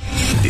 The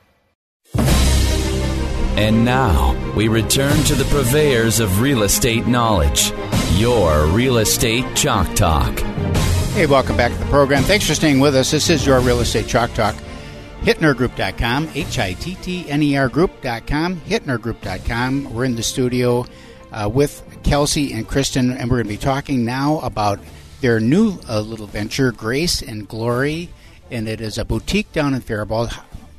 And now we return to the purveyors of real estate knowledge, your real estate chalk talk. Hey, welcome back to the program. Thanks for staying with us. This is your real estate chalk talk. HittnerGroup.com, H I T T N E R Group.com, HittnerGroup.com. We're in the studio uh, with Kelsey and Kristen, and we're going to be talking now about their new uh, little venture, Grace and Glory, and it is a boutique down in Faribault.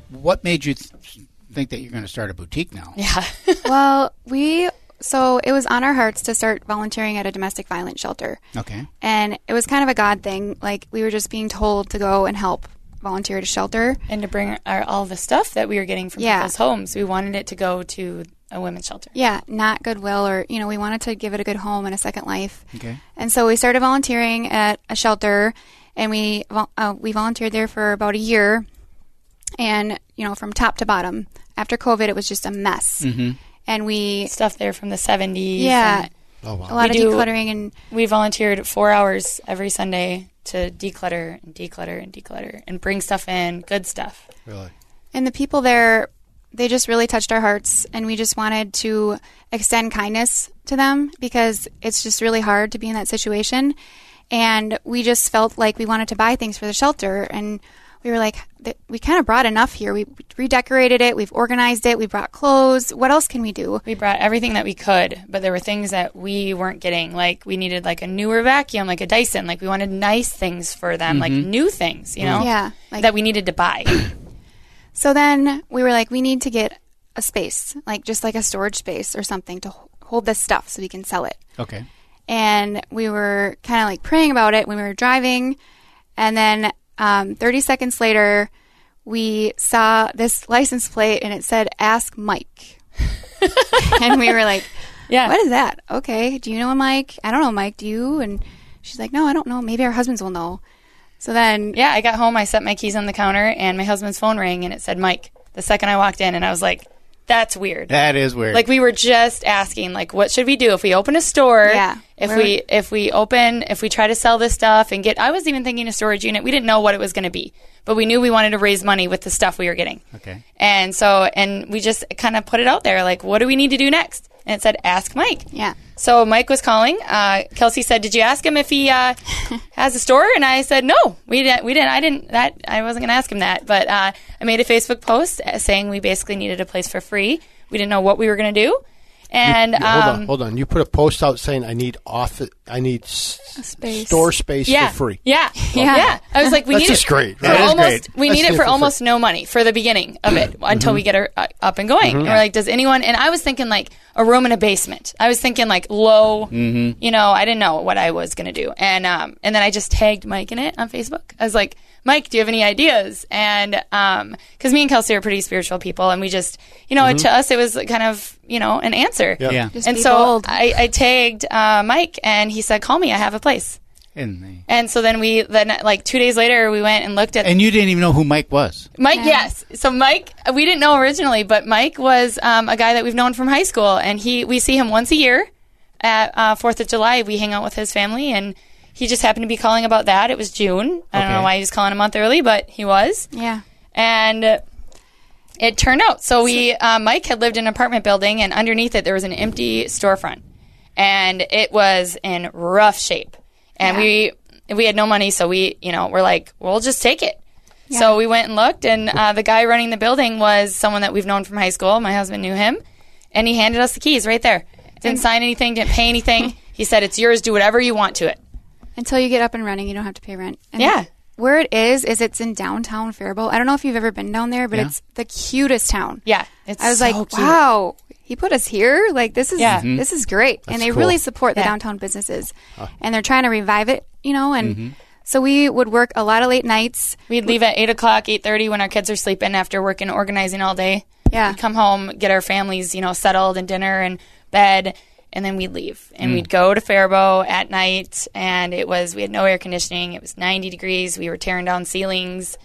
What made you th- think that you're going to start a boutique now? Yeah. well, we so it was on our hearts to start volunteering at a domestic violence shelter. Okay. And it was kind of a God thing. Like we were just being told to go and help volunteer at a shelter. and to bring our, all the stuff that we were getting from Yeah. people's homes, we wanted it to go to a women's shelter. Yeah, not Goodwill or, you know, we wanted to give it a good home and a second life. Okay. And so we started volunteering at a shelter and we vol- uh, we volunteered there for about a year and, you know, from top to bottom. After COVID, it was just a mess. Mm-hmm. And we, Stuff there from the 70s. yeah, Oh, wow. a lot We of do- decluttering and And we volunteered four hours every Sunday to declutter and declutter and declutter and bring stuff in, good stuff. Really? And the people there, they just really touched our hearts, and we just wanted to extend kindness to them because it's just really hard to be in that situation. And we just felt like we wanted to buy things for the shelter, and we were like, th- we kind of brought enough here. We redecorated it, we've organized it, we brought clothes. What else can we do? We brought everything that we could, but there were things that we weren't getting. Like we needed like a newer vacuum, like a Dyson. Like we wanted nice things for them, like new things, you know? Yeah, like- that we needed to buy. So then we were like, we need to get a space, like just like a storage space or something to h- hold this stuff so we can sell it. Okay. and we were kind of like praying about it when we were driving. And then um, 30 seconds later, we saw this license plate and it said, Ask Mike. and we were like, Yeah. What is that? Okay. Do you know a Mike? I don't know, Mike. Do you? And she's like, No, I don't know. Maybe our husbands will know. So then, Yeah, I got home, I set my keys on the counter, and my husband's phone rang, and it said Mike. The second I walked in, and I was like, "That's weird." That is weird. like we were just asking, like, what should we do if we open a store? Yeah. If Where we if we open if we try to sell this stuff and get, I was even thinking a storage unit. We didn't know what it was going to be, but we knew we wanted to raise money with the stuff we were getting. Okay. And so, and we just kind of put it out there, like, what do we need to do next? And it said, ask Mike. Yeah. So Mike was calling. Uh, Kelsey said, "Did you ask him if he uh, has a store?" And I said, "No, we didn't. We didn't. I didn't. That I wasn't going to ask him that." But uh, I made a Facebook post uh, saying we basically needed a place for free. We didn't know what we were going to do, and You- hold um, on, hold on. You put a post out saying, "I need office, I need s- space. store space yeah, for free." Yeah, yeah, Yeah. I was like, we That's need just it great. For That is almost, great. We Let's need it do it for for almost no money for the beginning of it Mm-hmm. until we get her uh, up and going. And we're like, does anyone? And I was thinking like a room in a basement. I was thinking like low. Mm-hmm. You know, I didn't know what I was gonna do, and um, and then I just tagged Mike in it on Facebook. I was like. Mike, do you have any ideas? And because me and Kelsey are pretty spiritual people, and we just, you Mm-hmm. know, to us it was kind of, you know, an answer. Yeah. Just And be so bold. I, I tagged uh, Mike, and he said, "Call me. I have a place." And, they- And so then we then like two days later we went and looked at and you didn't even know who Mike was. Mike. Yes, so Mike we didn't know originally, but Mike was um, a guy that we've known from high school, and he we see him once a year at uh, Fourth of July. We hang out with his family, and he just happened to be calling about that. It was June. I don't know Okay. why he was calling a month early, but he was yeah. and it turned out so we uh, mike had lived in an apartment building and underneath it there was an empty storefront and it was in rough shape and we we had no money so we you know we're like we'll just take it so we went and looked and uh, the guy running the building was someone that we've known from high school my husband knew him and he handed us the keys right there didn't sign anything didn't pay anything he said it's yours do whatever you want to it Until you get up and running, you don't have to pay rent. And Yeah. Where it is, is it's in downtown Faribault. I don't know if you've ever been down there, but Yeah. it's the cutest town. yeah it's I was so like, cute. wow, he put us here. Like this is Yeah. Mhm. this is great, and they Mm-hmm. cool. really support the Yeah. Mm-hmm. downtown businesses, and they're trying to revive it, you know. And So we would work a lot of late nights. We'd leave at eight o'clock, eight thirty when our kids are sleeping after working organizing all day. Yeah. We'd come home, get our families, you know, settled and dinner and bed, and then we'd leave. Hmm. And we'd go to Faribault at night and it was we had no air conditioning. It was ninety degrees. We were tearing down ceilings,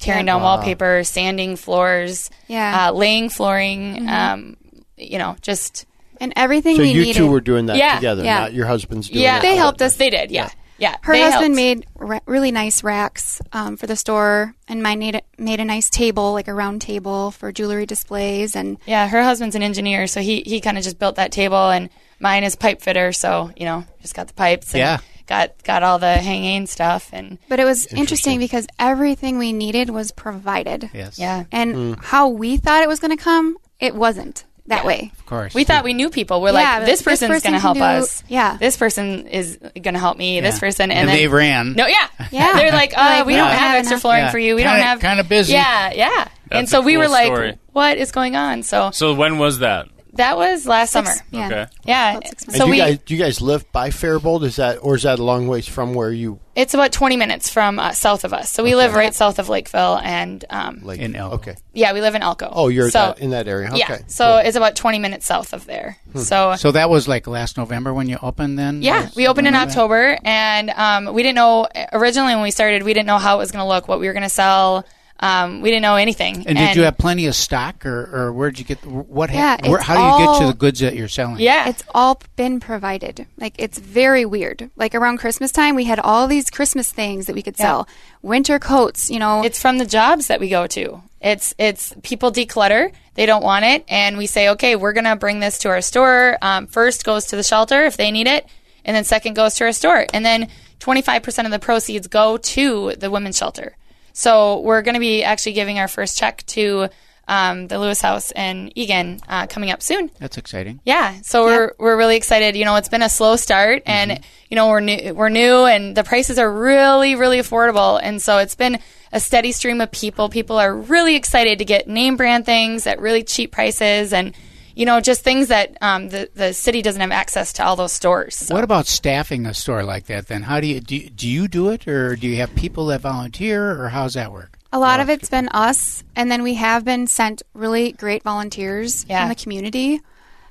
tearing down wallpaper, sanding floors, Yeah. Mm-hmm. uh, laying flooring, um, you know, just And everything So we you needed. two were doing that Yeah. together, Yeah. not your husband's doing Yeah. it. They helped us. they did, yeah. Yeah. Her they husband helped. made ra- really nice racks um, for the store, and mine made a, made a nice table, like a round table for jewelry displays. And Yeah, her husband's an engineer, so he he kind of just built that table, and mine is pipe fitter, so you know, just got the pipes. And Yeah. Got got all the hanging stuff, and but it was interesting, because everything we needed was provided. Yes. yeah, And how we thought it was going to come, it wasn't that way. Of course. we thought we knew people. We're Yeah, like, but this this person's person can gonna help do- us. yeah. This person is gonna help me. This Yeah. person, And and, they then, ran. No, yeah, Yeah. They're like, uh, Like, we don't have extra enough- flooring Yeah. for you. We Kinda- don't have kinda busy. Yeah, yeah. and a so we cool were like, story. what is going on? So, So when was that? that was last summer. Yeah. Okay. Yeah. About six months. And So do, we you guys, do you guys live by Faribault? Is that or is that a long ways from where you It's about 20 minutes from uh, south of us. So we live right south of Lakeville, and um, like? In Elko. Okay. yeah, we live in Elko. Oh, you're so, that, in that area. Okay. Yeah, so it's about 20 minutes south of there. So, So that was like last November when you opened then? yeah, Was- we opened in remember that? October, and um, we didn't know originally when we started, we didn't know how it was going to look, what we were going to sell. Um, we didn't know anything. And did you have plenty of stock, or, or where'd you get the- what? Yeah, hap- where, it's how do you get to all- the goods that you're selling? Yeah, It's all been provided. Like it's very weird. Like around Christmas time, we had all these Christmas things that we could sell. Winter coats, you know. it's from the jobs that we go to. It's it's people declutter. They don't want it, and we say, okay, we're gonna bring this to our store. Um, first goes to the shelter if they need it, and then second goes to our store, and then twenty five percent of the proceeds go to the women's shelter. So we're gonna be actually giving our first check to um, the Lewis House and Egan uh, coming up soon. that's exciting. Yeah, so we're we're really excited. You know, it's been a slow start, and you know we're new, we're new, and the prices are really really affordable, and so it's been a steady stream of people. People are really excited to get name brand things at really cheap prices, and you know just things that um, the the city doesn't have access to all those stores. So. What about staffing a store like that? Then how do you do? you- Do you do it, or do you have people that volunteer, or how's that work? a lot of it's been us, and then we have been sent really great volunteers Yeah. from the community.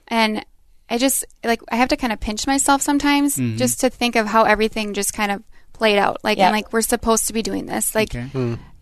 And I just like I have to kind of pinch myself sometimes just to think of how everything just kind of played out. Like Yeah. and like we're supposed to be doing this. Like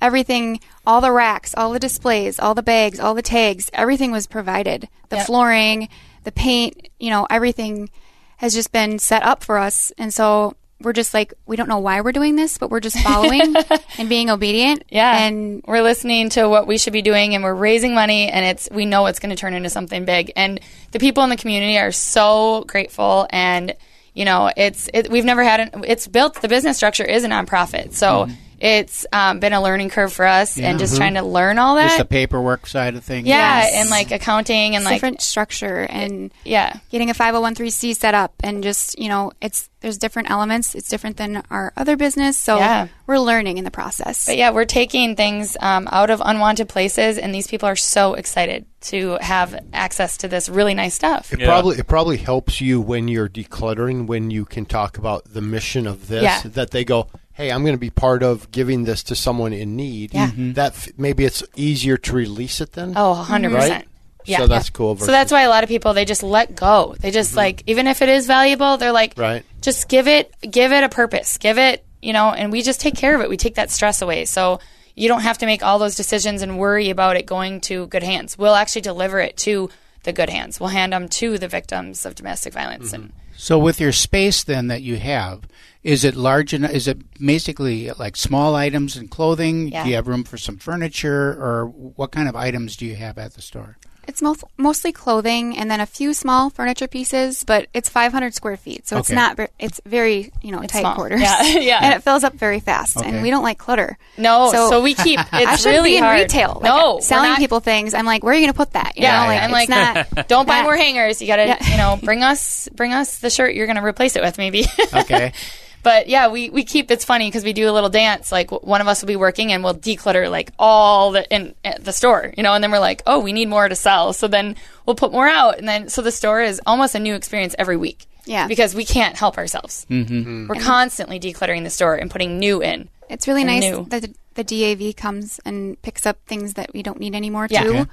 everything, all the racks, all the displays, all the bags, all the tags, everything was provided. The Yep. flooring, the paint, you know, everything has just been set up for us. And so we're just like, we don't know why we're doing this, but we're just following and being obedient. Yeah. And we're listening to what we should be doing and we're raising money and it's we know it's going to turn into something big and the people in the community are so grateful and you know it's it, we've never had an, it's built the business structure is a nonprofit so Mm-hmm. it's um, been a learning curve for us and just trying to learn all that Just the paperwork side of things. yeah Yes. and like accounting and like different structure and yeah getting a 501c set up and just, you know, it's, there's different elements. It's different than our other business. So Yeah. we're learning in the process. But yeah, we're taking things um, out of unwanted places, and these people are so excited to have access to this really nice stuff. It probably it probably helps you when you're decluttering when you can talk about the mission of this Yeah. that they go hey I'm going to be part of giving this to someone in need Yeah. that f- maybe it's easier to release it then Oh, 100 right percent. Yeah. so that's cool Mm-hmm. So that's why a lot of people they just let go. They just like even if it is valuable, they're like, Right. Just give it, give it a purpose, give it, you know. And we just take care of it. We take that stress away, so you don't have to make all those decisions and worry about it going to good hands. We'll actually deliver it to the good hands. We'll hand them to the victims of domestic violence. Mm-hmm. And So with your space then that you have, is it large enough? Is it basically like small items and clothing? Yeah. Do you have room for some furniture, or what kind of items do you have at the store? It's mo- mostly clothing and then a few small furniture pieces, but it's 500 square feet, so it's Okay. not. Ver- it's very you know tight small. quarters. Yeah, yeah. And it fills up very fast, Okay. and we don't like clutter. no, so, we keep. It's I should really be in hard. retail. like, no, we're selling not- people things. I'm like, where are you going to put that? You Yeah, know, like, I'm it's like, not. Don't buy not- more hangers. You gotta, Yeah. you know, bring us, bring us the shirt you're gonna replace it with, maybe. Okay. But yeah, we, we keep it's funny because we do a little dance. Like w- one of us will be working and we'll declutter like all the in at the store, you know. And then we're like, oh, we need more to sell, so then we'll put more out. And then so the store is almost a new experience every week. Yeah. Because we can't help ourselves. Mm-hmm. We're constantly decluttering the store and putting new in. It's really And nice new. that the, the DAV comes and picks up things that we don't need anymore Yeah. too. Okay.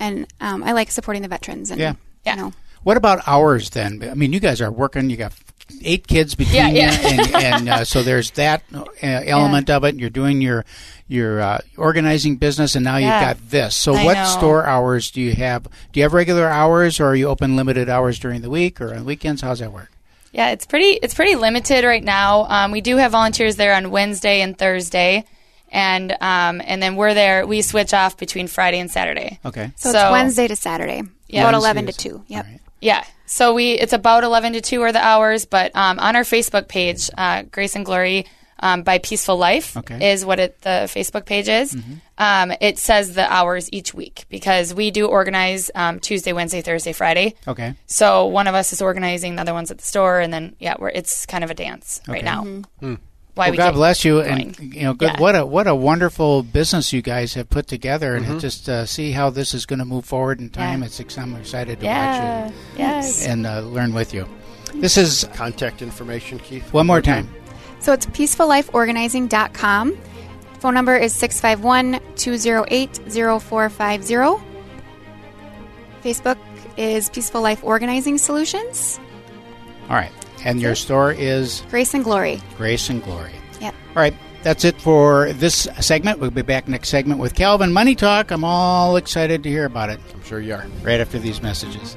And um, I like supporting the veterans. And, Yeah. Yeah. You know, What about hours then? I mean, you guys are working. You got eight kids between Yeah, yeah. you, and, and uh, so there's that uh, element of it. You're doing your your uh, organizing business, and now Yeah. you've got this. So, I what know. store hours do you have? Do you have regular hours, or are you open limited hours during the week or on weekends? How's that work? Yeah, it's pretty it's pretty limited right now. Um, we do have volunteers there on Wednesday and Thursday, and um, and then we're there. We switch off between Friday and Saturday. Okay. so, it's Wednesday to Saturday. Yeah. About Wednesday 11 to 2. Yep. All right. Yeah. So we it's about eleven to two are the hours, but um, on our Facebook page, uh, Grace and Glory um, by Peaceful Life Okay. Mm-hmm. is what it, the Facebook page is. Um, it says the hours each week because we do organize um, Tuesday, Wednesday, Thursday, Friday. Okay. So one of us is organizing, the other one's at the store, and then yeah, we're, it's kind of a dance right now. Why Well, we God get bless you, going. and you know, good, Yeah. what a what a wonderful business you guys have put together, and Mm-hmm. just uh, see how this is going to move forward in time. Yeah. It's ex- I'm excited to Yeah. watch Yes. you and uh, learn with you. This is Contact information, Keith. one more time. So it's peacefullifeorganizing.com. Phone number is 651 208 0450. Facebook is Peaceful Life Organizing Solutions, All right, and your store is Grace and Glory. Grace and Glory. Yep. All right, that's it for this segment. We'll be back next segment with Calvin Money Talk. I'm all excited to hear about it. I'm sure you are. Right after these messages.